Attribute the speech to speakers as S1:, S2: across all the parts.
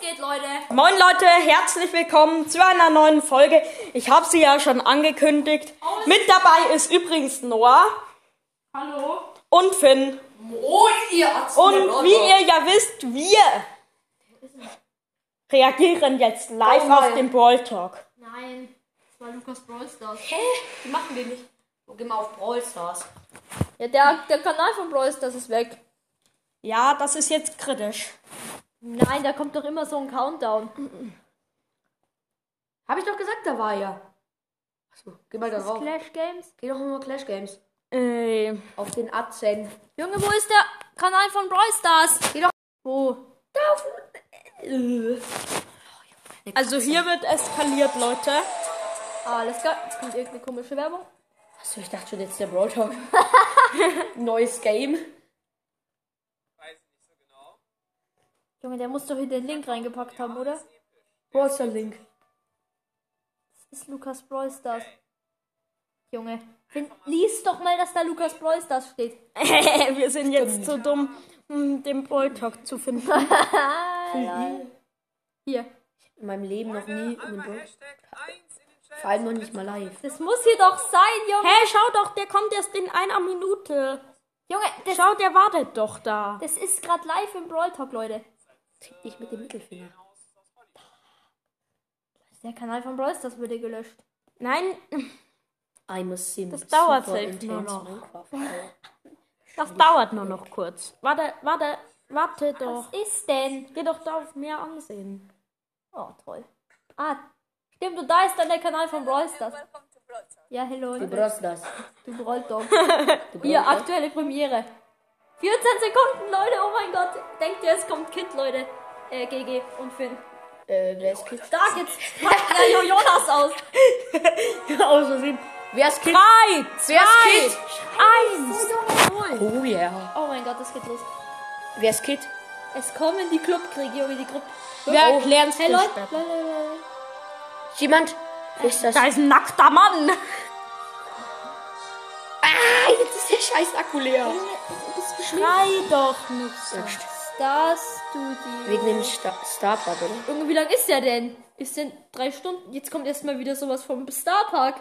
S1: geht, Leute.
S2: Moin Leute, herzlich willkommen zu einer neuen Folge. Ich habe sie ja schon angekündigt. Mit dabei ist übrigens Noah
S1: Hallo.
S2: und Finn.
S1: Moin, ihr Atzen.
S2: Und wie ihr ja wisst, wir reagieren jetzt live
S1: Oh
S2: auf
S1: mein.
S2: den Brawl Talk.
S1: Nein, das war Lukas Brawl Stars. Hä? Die machen wir nicht. So, geh mal auf Brawl Stars.
S3: Ja, der, der Kanal von Brawl Stars ist weg.
S2: Ja, das ist jetzt kritisch.
S3: Nein, da kommt doch immer so ein Countdown.
S1: Hab ich doch gesagt, da war er. Achso, geh mal da
S3: Das ist
S1: drauf.
S3: Clash Games.
S1: Geh doch mal auf Clash Games.
S2: Äh,
S1: Auf den Atzen.
S3: Junge, wo ist der Kanal von Brawl Stars? Geh doch. Wo?
S1: Äh.
S2: also hier wird eskaliert, Leute.
S3: Alles klar, jetzt kommt irgendeine komische Werbung.
S1: Achso, ich dachte schon, jetzt der Brawl Talk. Neues Game.
S3: Junge, der muss doch hier den Link reingepackt haben, oder?
S1: Brawl Star Link.
S3: Das ist Lukas Brawl Stars. Junge, Finn, lies doch mal, dass da Lukas Brawl Stars steht.
S2: wir sind jetzt zu dumm, um den Brawl Talk zu finden.
S3: Hier.
S1: In meinem Leben noch nie in den Brawl
S4: Hashtag 1 in den Chat.
S1: Vor allem noch nicht mal live.
S3: Das muss hier doch sein, Junge.
S2: Hey, schau doch, der kommt erst in einer Minute.
S3: Junge, das,
S2: Schau, der wartet doch da.
S3: das ist gerade live im Brawl Talk, Leute.
S1: Fick dich mit dem Mittelfinger.
S3: Der Kanal von Brawl Stars wurde gelöscht.
S2: Nein,
S1: I must seem
S2: Das dauert
S1: super
S2: safe nur
S1: intense
S2: noch.
S1: Minecraft.
S2: das dauert nur noch kurz. Warte, warte, warte
S3: Was
S2: doch.
S3: ist denn?
S2: Geh doch da auf mehr ansehen.
S3: Oh, toll. Ah, stimmt, und da ist dann der Kanal von Brawl Stars. Ja, hello.
S1: Du brauchst das.
S3: Du Brawl Dog.
S1: Du brauchst
S3: Ihr
S1: das.
S3: aktuelle Premiere. 14 Sekunden, Leute, oh mein Gott. Denkt ihr, es kommt Kind, Leute? Äh, GG und Finn.
S1: Äh, wer ist Kind?
S3: Da geht's. Packt der Jo Jonas aus.
S2: Aus Versehen.
S1: Wer ist Kind?
S2: Drei,
S1: Wer ist
S2: zwei,
S1: Kind?
S2: eins.
S1: Oh yeah.
S3: Oh mein Gott, es geht los.
S1: Wer ist Kid?
S3: Es kommen die Clubkriege, Junge, die Gruppe.
S1: Wer erklärt's
S3: Hey, Leute.
S1: dir?
S3: Lalalala.
S1: Jemand? Wer ist das?
S2: Da ist ein nackter Mann.
S1: Ah, jetzt ist der scheiß Akku leer.
S2: Schrei doch nicht so.
S3: Stars Studio.
S1: Wegen dem Star Starbuck, oder?
S3: Junge, wie lang ist der denn? Ist denn drei Stunden? Jetzt kommt erstmal wieder sowas vom Star Park.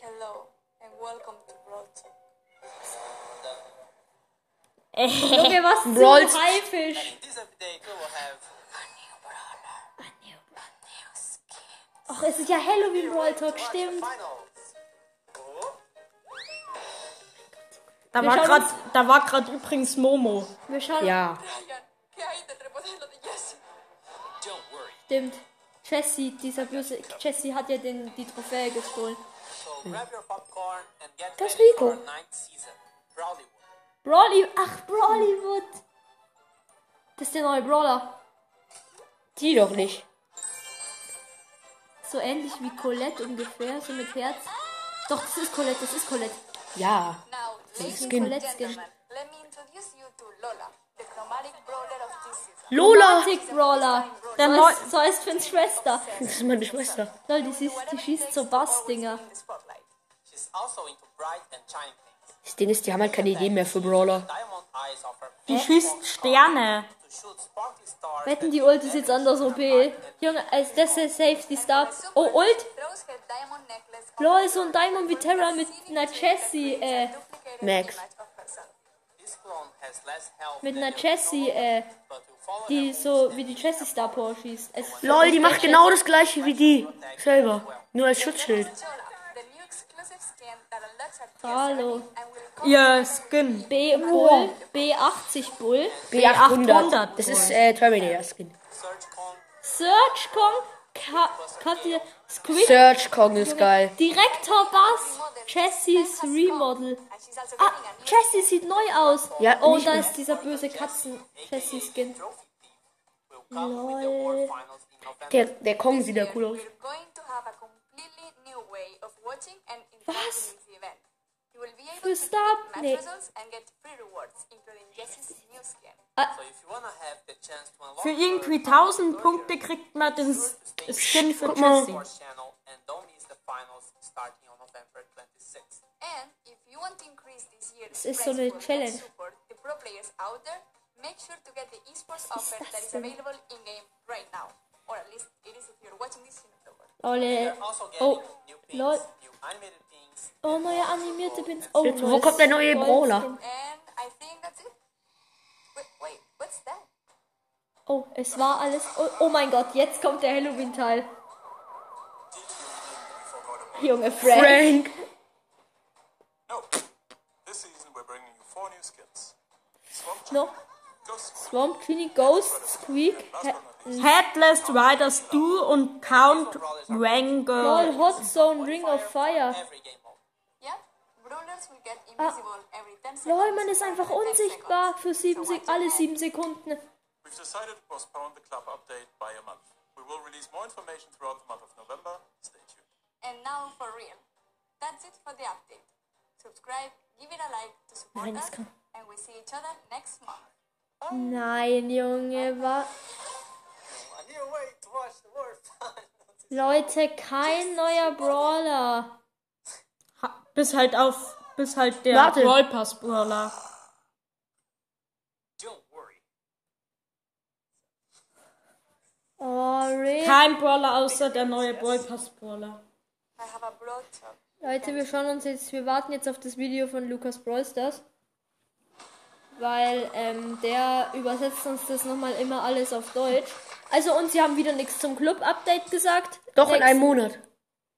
S5: Hello and welcome to Broadway.
S3: Junge, was
S1: Brawl-
S3: zum Haifisch.
S5: This update will have
S3: Ach, es ist ja Halloween Brawl Talk, stimmt.
S5: final.
S2: Da
S3: Wir
S2: war
S3: schauen
S2: grad, da war grad übrigens Momo.
S3: Wir schauen.
S1: Ja.
S5: ¿Qué hay de reposar de Jesse? Don't worry.
S3: Stimmt. Jesse, dieser böse. Jesse hat ja den, die Trophäe gestohlen.
S5: So grab your popcorn and get
S3: Das
S5: ready for
S3: Rico.
S5: our ninth season. Proudly.
S3: Brawly. Ach, Brawlywood. Das ist der neue Brawler.
S1: Die doch nicht.
S3: So ähnlich wie Colette ungefähr, so mit Herz. Doch, das ist Colette, das ist Colette.
S1: Ja.
S6: Now, ladies
S1: Skin.
S6: and
S3: Let's skin.
S6: gentlemen, let me introduce you to Lola, the chromatic brawler of this season.
S1: Lola!
S3: Dick Brawler.
S2: Der
S3: so,
S2: neu-
S3: ist, so ist Finns Schwester.
S1: Das ist meine Schwester.
S3: Lol, die, schießt- die schießt so Bassdinger.
S6: In the spotlight.
S5: She's also into bright and shining things.
S1: Das Ding ist, die haben halt keine Ideen mehr für Brawler.
S5: Diamond eyes of her
S2: Die schießt Sterne.
S5: to shoot sparkly stars.
S3: Wetten, die Ult ist jetzt anders OP. Junge, als das ist safe, die Star. Oh, Ult?
S6: Throws her diamond necklace on
S3: Lol, so ein Diamond wie Terra mit einer Jessie, äh,
S6: duplicated
S1: Max.
S6: image of herself.
S5: This clone has less health
S3: mit
S5: than
S3: einer
S5: your
S3: Jessie,
S5: normal,
S3: äh,
S5: but will follow
S3: die
S5: her
S3: so wie die Jessie Star Power schießt. Es
S2: Lol, die macht genau
S3: das.
S2: gleiche wie die. Selber. Nur als
S6: This
S2: Schutzschild.
S6: is Lola, the new exclusive skin that unlocks her
S3: Hallo.
S6: TSR and will come
S2: Ihr Skin.
S3: B Bull, B80 Bull,
S2: B800.
S1: Das ist äh, Terminator-Skin.
S5: Search clone
S3: Search Kong, Ka- Katja, Squid,
S1: Search Kong ist geil.
S3: Direktor Bass, Jessie's Remodel.
S6: and she's also
S3: Ah,
S6: getting a new
S3: Jessie sieht neu aus.
S1: Ja,
S3: oh, und
S1: nicht
S3: da
S1: mehr.
S3: ist dieser böse Katzen-Jessie-Skin.
S5: trophy thief will come with the award finals in November.
S1: Der, der Kong sieht ja cool aus.
S6: We're going to have a completely new way of watching and interacting with the event. You will be able
S3: Für
S6: to
S3: Star-
S6: pick match
S3: nee.
S6: results and get free rewards, including Jessie's new skin.
S5: So if you wanna have the chance to unlock
S2: Für
S5: her
S2: irgendwie 1000 Punkte kriegt man den S- Skin für
S1: guck mal.
S2: Jessie.
S5: Sports channel and don't miss the finals starting on November 26th.
S6: And if you want to increase this year's
S3: ist so
S6: prize
S3: eine
S6: pool and
S3: Challenge.
S6: support the pro players out there, Make sure to get the esports offer that is available in game right now. Or at least it is if you're watching this in October.
S3: Lol.
S5: They're also getting
S3: Oh,
S5: new
S3: lol.
S5: pins, new animated pins.
S3: Oh, neue animierte Pins. Oh,
S2: Jetzt, wo
S3: neues
S2: kommt der neue
S3: neues
S2: Brawler?
S3: Skin.
S6: And I think that's it. Wait, wait what's that?
S3: Oh, es war alles. Oh, oh mein Gott, jetzt kommt der Halloween-Teil.
S5: Did you really forgot about
S3: Junge, Frank.
S2: Frank.
S5: No. This season we're bringing you four new skins. Swamp
S3: No.
S5: Ghost Squad,
S3: Swamp Genie, Ghost, Squeak,
S5: last but not least,
S2: Headless Riders Du und Count Wrangle.
S3: All Hot Zone, Ring of Fire.
S5: every game mode.
S6: Yeah? Brawlers will get invisible every 10 seconds.
S3: Lol, man Ah. ist einfach
S6: 10
S3: unsichtbar
S6: seconds.
S3: für sieben
S6: So
S3: Sek
S6: watch
S3: alle
S6: out.
S3: sieben Sekunden.
S5: We've decided to postpone the club update by a month. We will release more information throughout the month of November. Stay tuned.
S6: And now for real. That's it for the update. Subscribe, give it a like to support
S3: Nein, das
S6: us,
S3: kann-
S6: and we see each other next month.
S3: Nein, Junge, wa
S5: A new way to watch the world.
S3: Leute, kein neuer Brawler.
S2: Ha- Bis halt auf, bis halt der
S3: Warte.
S2: Brawl Pass Brawler.
S5: Don't worry.
S3: Oh, Rick.
S2: Kein Brawler außer der neue Brawl Pass Brawler.
S6: I have a blood tub.
S3: Leute, wir schauen uns jetzt, wir warten jetzt auf das Video von Lukas Brawlstars. Weil ähm, der übersetzt uns das nochmal immer alles auf Deutsch. Also, und sie haben wieder nichts zum Club-Update gesagt. Nächsten-
S2: Monat.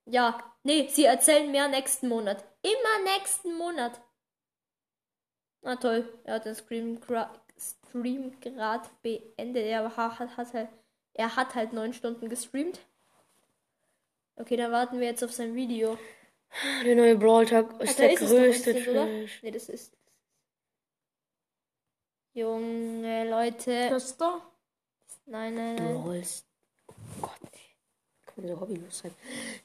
S3: Ja, nee, sie erzählen mehr nächsten Monat. Immer nächsten Monat. Na toll, er hat den Stream, gra- Stream gerade beendet. Er ha- hat, hat, halt, er hat halt neun Stunden gestreamt. Okay, dann warten wir jetzt auf sein Video.
S4: Der neue Brawl Tag ist
S3: Also
S4: der
S3: ist es doch
S4: größte
S3: instant, oder?
S4: Trash.
S3: Nee, das ist. Junge Leute.
S2: Das da?
S3: Nein, nein, nein.
S4: Brawl. ist- Oh Gott, ey. Kann man so hobbylos sein.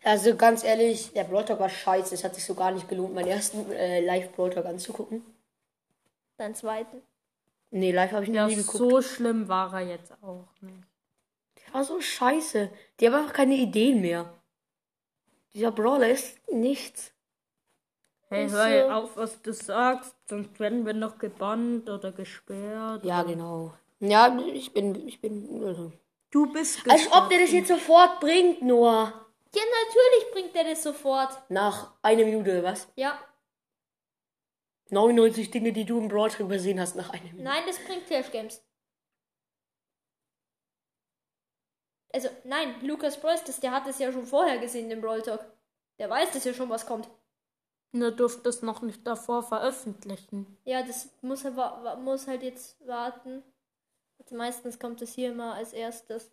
S4: Also ganz ehrlich, der Brawl Tag war scheiße. Es hat sich so gar nicht gelohnt, meinen ersten äh, Live Brawl Tag anzugucken.
S3: Deinen zweiten.
S4: Nee, live habe ich noch
S2: Ja,
S4: nie geguckt.
S2: so schlimm war er jetzt auch nicht.
S4: Der war so scheiße. Die haben einfach keine Ideen mehr. Dieser Brawler ist nichts.
S2: Hey,
S3: Ist
S2: hör
S3: so-
S2: auf, was du sagst, sonst werden wir noch gebannt oder gesperrt.
S4: Ja, genau. Ja, ich bin, ich bin. also.
S2: Du bist gesperrt.
S4: Als ob der das jetzt sofort bringt, Noah.
S3: Ja, natürlich bringt er das sofort.
S4: Nach einer Minute, was?
S3: Ja.
S4: 99 Dinge, die du im Brawl Tag übersehen hast, nach einer Minute.
S3: Nein, das bringt Clash Games. Also, nein, Lukas Breustes, der hat es ja schon vorher gesehen im Brawl Talk. Der weiß, dass ja schon was kommt.
S2: Nur durfte es noch nicht davor veröffentlichen.
S3: Ja, das muss, er wa- wa- muss halt jetzt warten. Also meistens kommt es hier immer als erstes.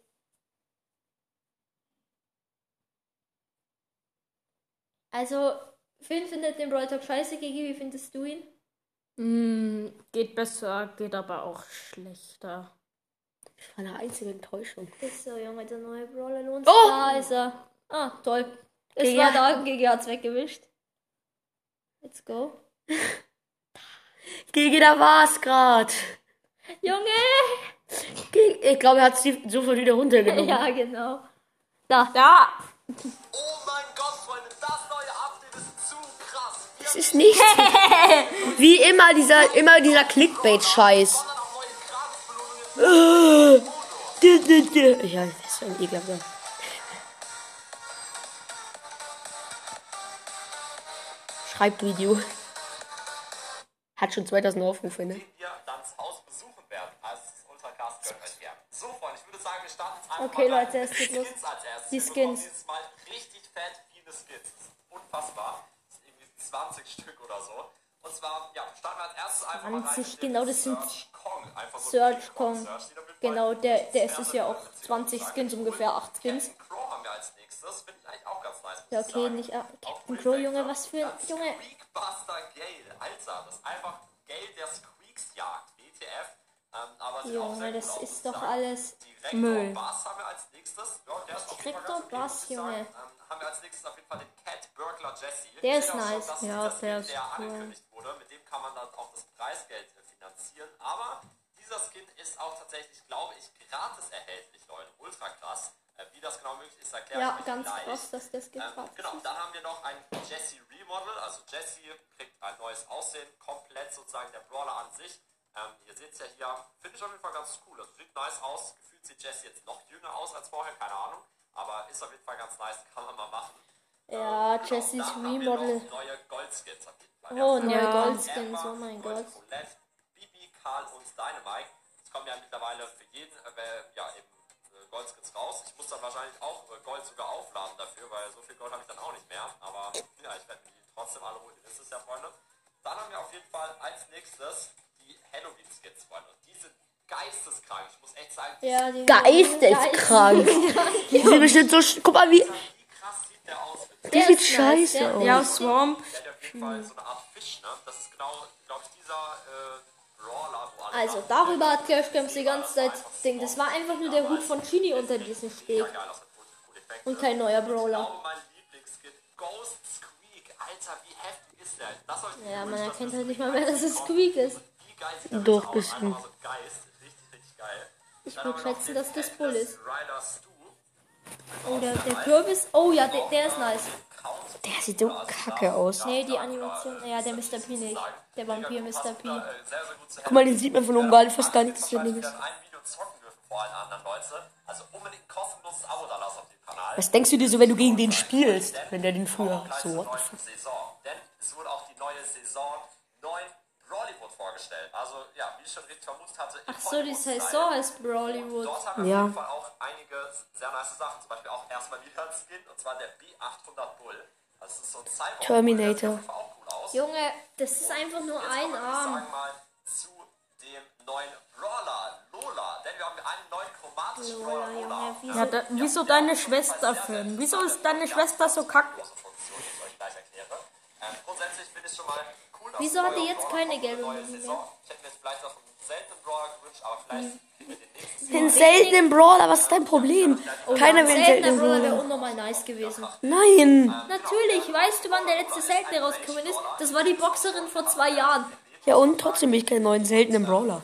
S3: Also, Finn findet den Brawl Talk scheiße, Gigi, wie findest du ihn?
S2: Hm, geht besser, geht aber auch schlechter.
S4: Das war eine einzige Enttäuschung.
S3: Ist so, Junge, der neue Brawler lohnt
S4: Oh!
S3: Da ist er. Ah, toll. Es
S4: Digga.
S3: war da, Gigi hat's weggewischt. Let's go.
S4: Gigi, da war's grad.
S3: Junge!
S4: Gigi- Ich glaube, er hat sie sofort wieder runtergenommen.
S3: Ja, genau. Da.
S2: Da!
S5: Oh mein Gott, Freunde, das neue Update ist zu krass. Wir
S4: Das ist nichts. Wie immer dieser, immer dieser Clickbait-Scheiß.
S5: haben auch neue Gratisbelohnungen.
S4: Äh, d- d- d- Ja, das ist ein ekelhafter. Schreibvideo. Hat schon 2000 Aufrufe, ne?
S5: wir dann das Haus besuchen werden. Also es ist Ultracast, gönnt euch gern. So, Freunde, ich würde sagen, wir starten jetzt einfach
S3: Okay,
S5: mal rein.
S3: Leute, es geht
S5: Die
S3: los.
S5: Skins als erstes.
S3: Die
S5: Wir bekommen
S3: Skins.
S5: Dieses Mal richtig fett viele Skins. Das ist unfassbar. Das sind irgendwie 20 Stück oder so. Und zwar, ja, starten wir als erstes einfach mal rein.
S3: 20,
S5: mit dem
S3: genau, das sind
S5: Search Kong. Einfach so
S3: Search
S5: ein King Kong.
S3: Kong.
S5: Search, den haben wir
S3: Genau,
S5: vorhin
S3: der-
S5: gesehen.
S3: der ist es ja auch.
S5: Sehr, sehr
S3: 20
S5: cool.
S3: Skins, ungefähr
S5: Und
S3: acht Skins.
S5: Captain Crow haben wir als nächstes. Finde ich eigentlich auch ganz nice. muss
S3: Ja,
S5: ich
S3: okay,
S5: sagen.
S3: nicht- ah,
S5: Auch
S3: Captain
S5: cool
S3: Crow,
S5: Effekte.
S3: Junge, was für ein-
S5: Dann
S3: Junge.
S5: Squeakbuster Gale, Alter, Also, das ist einfach Gale, der Squeaks jagt, WTF. Ähm, aber sieht auch sehr
S3: Junge,
S5: gut
S3: das
S5: aus, muss ich
S3: ist doch
S5: sagen.
S3: alles.
S5: Direktor
S2: Müll.
S5: Bass haben wir als nächstes. Ja, der ist auf jeden Fall
S3: Direktor
S5: ganz okay, muss
S3: Bass,
S5: ich sagen.
S3: Junge.
S5: Ähm, haben wir als nächstes auf jeden Fall den Cat Burglar Jesse.
S3: Der
S5: Ich
S3: ist
S5: sehe auch schon,
S3: nice.
S5: das
S2: Ja,
S5: das
S2: der
S5: Ding,
S2: ist
S5: der
S2: cool.
S5: angekündigt wurde. Mit dem kann man dann auch das Preisgeld äh, finanzieren. Aber dieser Skin ist auch tatsächlich, glaube ich, gratis erhältlich, Leute. Ultra krass. Äh, wie das genau möglich ist, erkläre
S3: Ja,
S5: ich euch
S3: ganz
S5: gleich.
S3: krass, dass das
S5: Ähm,
S3: geklappt
S5: genau, dann haben wir noch ein Jesse Remodel. Also Jesse kriegt ein neues Aussehen, komplett sozusagen der Brawler an sich. Ähm, ihr seht es ja hier, finde ich auf jeden Fall ganz cool. Also sieht nice aus. Gefühlt sieht Jesse jetzt noch jünger aus als vorher, keine Ahnung. Aber ist auf jeden Fall ganz nice, kann man mal machen.
S3: Ja,
S5: Genau,
S3: Jessys
S5: da haben wir
S3: Remodel.
S5: noch Neue Goldskins auf jeden Fall. Wir
S3: Oh,
S5: haben
S3: neue
S2: Ja.
S3: Goldskins,
S5: Amber,
S3: oh mein
S5: Gold
S3: Gott.
S5: Roulette, Bibi, Karl und Dynamite. Es kommen ja mittlerweile für jeden äh, wer- ja, eben, äh, Goldskins raus. Ich muss dann wahrscheinlich auch äh, Gold sogar aufladen dafür, weil so viel Gold habe ich dann auch nicht mehr. Aber ja, ich werde mir die trotzdem alle holen. Das ist es ja, Freunde. Dann haben wir auf jeden Fall als nächstes die Halloween-Skins, Freunde. Und die sind geisteskrank. Ich muss echt sagen, die
S3: Ja, die
S4: Geisteskrank. Die sind bestimmt so. sch- Guck mal, wie.
S5: sind- wie krass sieht der aus?
S4: Der sieht scheiße aus.
S2: Ja, Swamp.
S5: Der hat auf jeden Fall
S3: Hm.
S5: so eine Art Fisch, ne? Das ist genau, glaube ich, dieser äh, Brawler, wo alle
S3: Also
S5: sagen,
S3: darüber hat Clash Camps die ganze Zeit Ding. Das war einfach nur der Hut von Chini unter diesem
S5: Ja,
S3: Steg.
S5: geil, das hat wirklich gute Effekte.
S3: Und kein neuer
S5: Ich
S3: Brawler.
S5: glaube, Genau mein Lieblingsskin, Ghost Squeak. Alter, wie heftig ist der? Das soll ich
S3: Ja, man
S5: übrigens mal
S3: erkennt
S5: wissen.
S3: halt nicht mal mehr, dass es Squeak ist.
S5: Wie geil sieht der
S4: Doch,
S5: bitte aus?
S4: bisschen.
S5: Einfach mal so ein Geist. Richtig, richtig geil. Ich
S3: würd schätzen, dass das Bull ist.
S5: Rider Stu.
S3: Oh, der, der Kürbis. Oh ja, der, der ist nice.
S5: Count.
S4: Der sieht so kacke aus.
S3: Nee, die Animation. Ja, der Mr. P nicht. Der Vampir Mr. P.
S5: Äh, sehr, sehr gut zu
S4: Guck mal, den sieht man von oben gar nicht, fast gar nichts.
S5: Ich
S4: Der
S5: habe ein
S4: Ding ist.
S5: Video zocken dürfen vor allen anderen Leute. Also unbedingt ein kostenloses Abo da lassen auf dem Kanal.
S4: Was denkst du dir so, wenn du gegen den spielst? Wenn der den früher
S5: Gleich
S4: so.
S5: zur neuen Saison. Denn es wurde auch die neue Saison 9 Brollywood vorgestellt. Also ja, wie ich schon richtig vermutet hatte. im
S3: Ach so, die
S5: Hollywood-Style.
S3: Saison heißt Brawlywood.
S5: Dort haben wir
S4: Ja.
S5: auf jeden Fall auch einige sehr nice Sachen. Zum Beispiel auch erstmal wieder ein Skin und zwar der B800 Bull. Das ist so ein Cyborg.
S4: Terminator.
S5: Der sieht auf jeden Fall auch cool aus.
S3: Junge, das ist einfach nur
S5: Jetzt
S3: ein
S5: kommen wir, würde ich
S3: Arm.
S5: sagen mal zu dem neuen Brawler Lola, denn wir haben einen neuen chromatischen Brawler Lola.
S3: Junge, wieso?
S2: Ja, da, wieso deine Schwester, Finn? Wieso ist deine Schwester so kacke?
S5: Große Funktion, die ich euch gleich erkläre. Ähm, grundsätzlich finde ich schon mal cool, dass
S3: Wieso hat
S5: neuer
S3: die jetzt
S5: Brawler
S3: keine
S5: kommt, eine
S3: gelbe
S5: neue
S3: Linie?
S5: Saison. Ich hätte mir jetzt vielleicht auch einen seltenen Brawler gewünscht, aber vielleicht kriegen wir den nächsten.
S4: Den seltenen Brawler, was ist dein Problem? Keiner will
S3: Seltener
S4: einen seltenen
S3: Brawler wäre
S4: Brawler.
S3: unnormal nice gewesen.
S4: Nein!
S3: Natürlich, weißt du, wann der letzte Seltene rausgekommen ist? Das war die Boxerin vor zwei Jahren.
S4: Ja, und trotzdem will ich keinen neuen seltenen Brawler.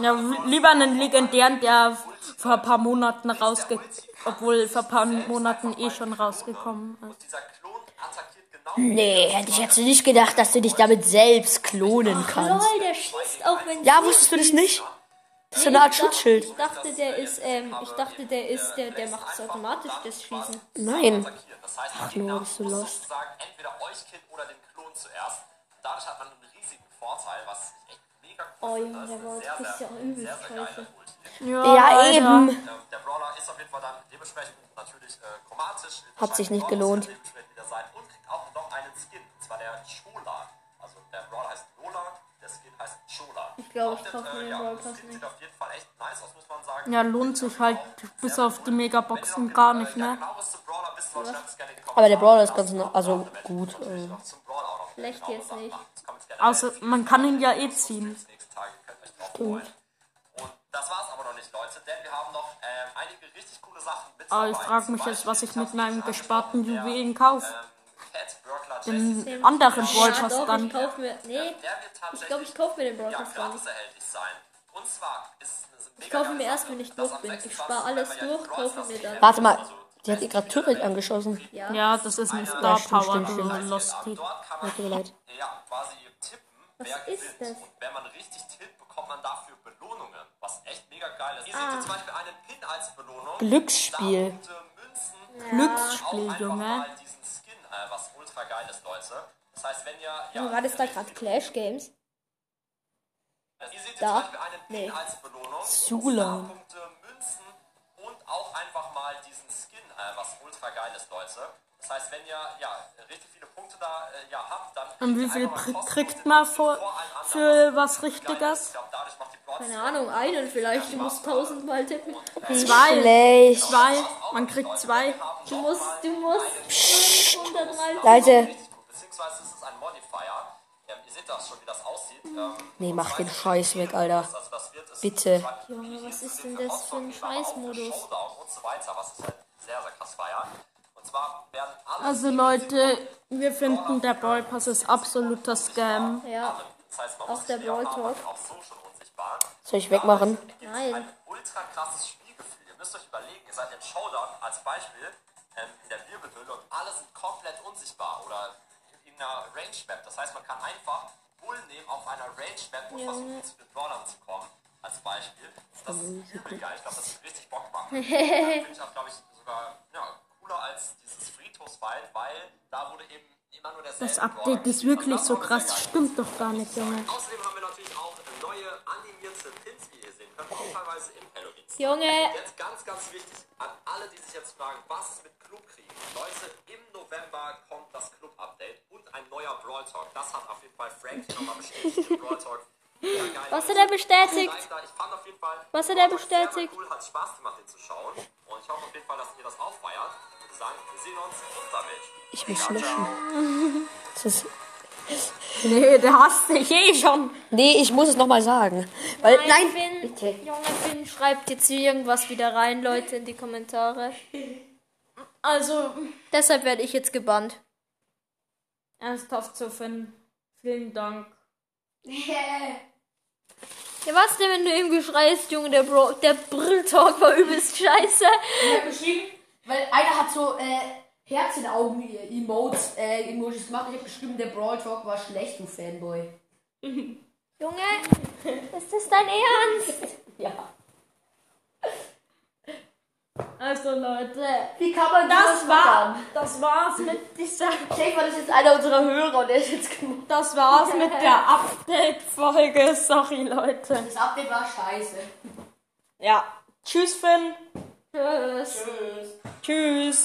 S2: Ja, w- lieber einen legendären, der vor ein paar Monaten rausge... Obwohl vor ein paar Monaten eh schon rausgekommen ist.
S5: Und dieser Klon attackiert genau
S4: Nee, hätte ich jetzt nicht gedacht, dass du dich damit selbst klonen kannst.
S3: Lol, der schießt auch wenn
S4: Ja, wusstest du das nicht? Das ist so eine Art Schutzschild.
S3: Ich dachte, der ist, ähm, ich dachte, der ist, der, der macht es automatisch, das Schießen.
S4: Nein.
S5: attackieren. Das heißt, Ach,
S4: Lord,
S5: Gegner
S4: bist du
S5: muss
S4: lost.
S5: sozusagen entweder euch killen oder den Klon zuerst. Und dadurch hat man einen riesigen Vorteil, was ich echt mega cool
S3: Oh,
S5: finde.
S3: Junge,
S5: Das ist
S3: der
S5: eine
S3: Wort
S5: sehr,
S3: kriegst
S5: sehr,
S3: ja auch übel
S5: sehr, sehr
S3: Scheiße.
S5: geile Ulti.
S4: Ja,
S2: Alter.
S4: eben.
S5: Ähm, Der Brawler ist auf jeden Fall dann dementsprechend natürlich äh, chromatisch.
S4: Hat sich nicht
S5: Dort
S4: gelohnt.
S5: ist er dementsprechend wieder sein Und kriegt auch noch einen Skin, und zwar der Chola. Also der Brawler heißt Lola, der Skin heißt Chola. Ich
S3: glaub, ich kauf mir den Brawl Pass
S5: Skin
S3: nicht.
S5: sieht auf jeden Fall echt nice aus, muss man sagen.
S2: Ja, lohnt sich halt bis auf die Megaboxen gar nicht, ne?
S4: Aber der Brawler ist ganz no- also gut, äh.
S3: Schlecht jetzt nicht.
S2: Außer, Also, man kann ihn ja eh ziehen.
S5: Stimmt. Und das war's aber noch nicht, Leute, denn wir haben noch ähm, einige richtig coole Sachen mit
S2: Aber Ah, ich
S5: dabei.
S2: frag
S5: Zum
S2: mich jetzt,
S5: Beispiel,
S2: was ich mit
S5: hab's
S2: meinem
S5: schon
S2: gesparten
S5: angesprochen, der,
S2: Juwelen kauf.
S5: Ähm, Cat Burglar Jesse,
S2: Den anderen
S3: Ja,
S2: Wolfers
S3: doch, ich
S2: dann.
S3: kauf mir, nee,
S5: der wird tatsächlich
S3: ich glaube, ich kauf mir den
S5: ja,
S3: Broadcast gar
S5: gratis
S3: nicht.
S5: erhältlich sein. Und zwar ist es eine mega
S3: Ich kaufe
S5: geile
S3: mir erst,
S5: Sache,
S3: wenn ich
S5: dass
S3: durch
S5: am
S3: bin. Ich
S5: 26.
S3: spare alles
S5: November ja die
S3: durch, kaufe mir dann.
S4: Warte mal, die hat ihr gerade Turret angeschossen.
S3: Ja.
S2: Ja, das ist ein Star
S4: stimmt,
S2: Power,
S4: stimmt,
S2: du
S4: stimmt.
S2: Losty.
S5: Dort kann
S4: Tut mir
S5: man
S4: leid.
S5: ja, quasi tippen, wer
S3: ist
S5: gewinnt.
S3: das?
S5: Und wenn man richtig tippt, bekommt man dafür Belohnungen, was echt mega geil ist. Hier
S3: Ah.
S5: seht ihr zum Beispiel einen Pin als Belohnung.
S4: Glücksspiel.
S5: Da gute Münzen.
S2: Glücksspiel,
S5: Auch einfach
S2: Junge.
S5: mal diesen Skin, äh, was ultra geil ist, Leute. Das heißt, wenn ihr... Ja,
S3: War das da gerade Clash Games?
S5: Ihr seht jetzt
S3: Da?
S5: zum Beispiel einen Pin
S3: Nee.
S5: als Belohnung.
S4: Zula.
S5: Punkte, Münzen und auch einfach mal diesen Skin, äh, was ultra geil ist, Leute. Das heißt, wenn ihr ja, richtig viele Punkte da äh, ja, habt, dann...
S2: Und wie
S5: kriegt
S2: viel
S5: ihr einfach mal
S2: pri-
S5: kostenlos
S2: kriegt
S5: den
S2: man
S5: Skin
S2: vor,
S5: vor allen anderen.
S2: für was
S5: Das ist geil. Ich
S2: Richtiges?
S5: glaube, dadurch macht die Broad
S3: Keine Ahnung, einen vielleicht. Du musst tausendmal tippen.
S4: Zwei.
S2: Zwei, man kriegt zwei.
S3: Du musst, du musst 500 mal.
S4: Leute.
S5: richtig gut. Beziehungsweise es ist ein Modifier. Ähm, ihr seht das schon, wie das aussieht. Ähm,
S4: Nee, mach den Scheiß weg, Alter.
S5: das, das wird es
S4: Bitte.
S3: Junge, was ist denn das für ein Scheißmodus?
S5: Showdown und so weiter, was ich halt sehr, sehr krass feier. Und zwar werden alle
S2: Also Leute, wir finden, der Brawl Pass ist absoluter Scam.
S3: Ja,
S5: das heißt, man
S3: auch
S5: muss
S3: der
S5: sich lernen,
S3: Brawl
S5: aber
S3: Talk.
S5: auch so schon unsichtbar.
S4: Soll ich wegmachen?
S5: Ja, es gibt
S3: Nein.
S5: Ein ultra krasses Spielgefühl. Ihr müsst euch überlegen, ihr seid in Showdown als Beispiel ähm, in der Wirbelhöhle und alle sind komplett unsichtbar oder in einer Range Map. Das heißt, man kann einfach Bullen nehmen auf einer Rage-Map und versuchen, sie zu den Brawlern zu kommen. Als Beispiel. Das
S2: Oh,
S5: ist übel geil. Ich glaube, das hat richtig Bock gemacht. Finde ich auch, glaube ich, sogar ja, cooler als dieses Friedhofswald, weil da wurde eben immer nur derselbe
S2: Das
S5: Brawler
S2: Update ist
S5: gespielt. Und
S2: wirklich
S5: das
S2: so
S5: war sehr
S2: krass.
S5: geil.
S2: Stimmt doch gar nicht, Junge.
S5: Außerdem haben wir natürlich auch neue animierte Pins, wie ihr sehen könnt, auch teilweise im Halloween.
S3: Junge,
S5: Jetzt ganz, ganz wichtig an alle, die sich jetzt fragen, was ist mit Clubkriegen? Leute, im November kommt das Club-Update und ein neuer Brawl Talk. Das hat auf jeden Fall Frankie nochmal bestätigt. im Brawl Talk. Mega geil.
S3: was hat er bestätigt?
S5: Bleibt da. Ich fand auf jeden Fall,
S3: Was hat er
S5: Brawl Talk sehr, sehr
S3: bestätigt?
S5: Cool, hat Spaß gemacht, den zu schauen. Und ich hoffe auf jeden Fall, dass ihr das auch feiert. Ich würde sagen, wir sehen uns und damit.
S4: Ich muss löschen. Das ist,
S2: Nee, der hasst dich eh schon.
S4: nee, ich muss es nochmal sagen. Weil, nein,
S3: Finn,
S4: bitte.
S3: Junge Finn schreibt jetzt hier irgendwas wieder rein, Leute, in die Kommentare.
S2: Also,
S3: Deshalb werde ich jetzt gebannt.
S2: ernsthaft zu finden. Also, Vielen Dank.
S3: Ja, was denn, wenn du ihm geschreist, Junge, der, Bro der Brill-Talk war übelst scheiße.
S1: Ich hab geschrieben, weil einer hat so äh, Herz in Augen äh, Emotes, äh, Emojis gemacht. Ich hab geschrieben, der Brawl Talk war schlecht, du Fanboy.
S3: Junge, ist das dein Ernst?
S1: Ja.
S2: Also, Leute.
S1: Wie kann man
S2: Das war, das war's mit dieser,
S1: Ich denke mal, das ist jetzt einer unserer Hörer und der ist jetzt gemacht.
S2: das war's mit der Update-Folge. Sorry, Leute.
S1: Das Update war scheiße.
S2: Ja. Tschüss, Finn.
S3: Tschüss.
S1: Tschüss.
S2: Tschüss.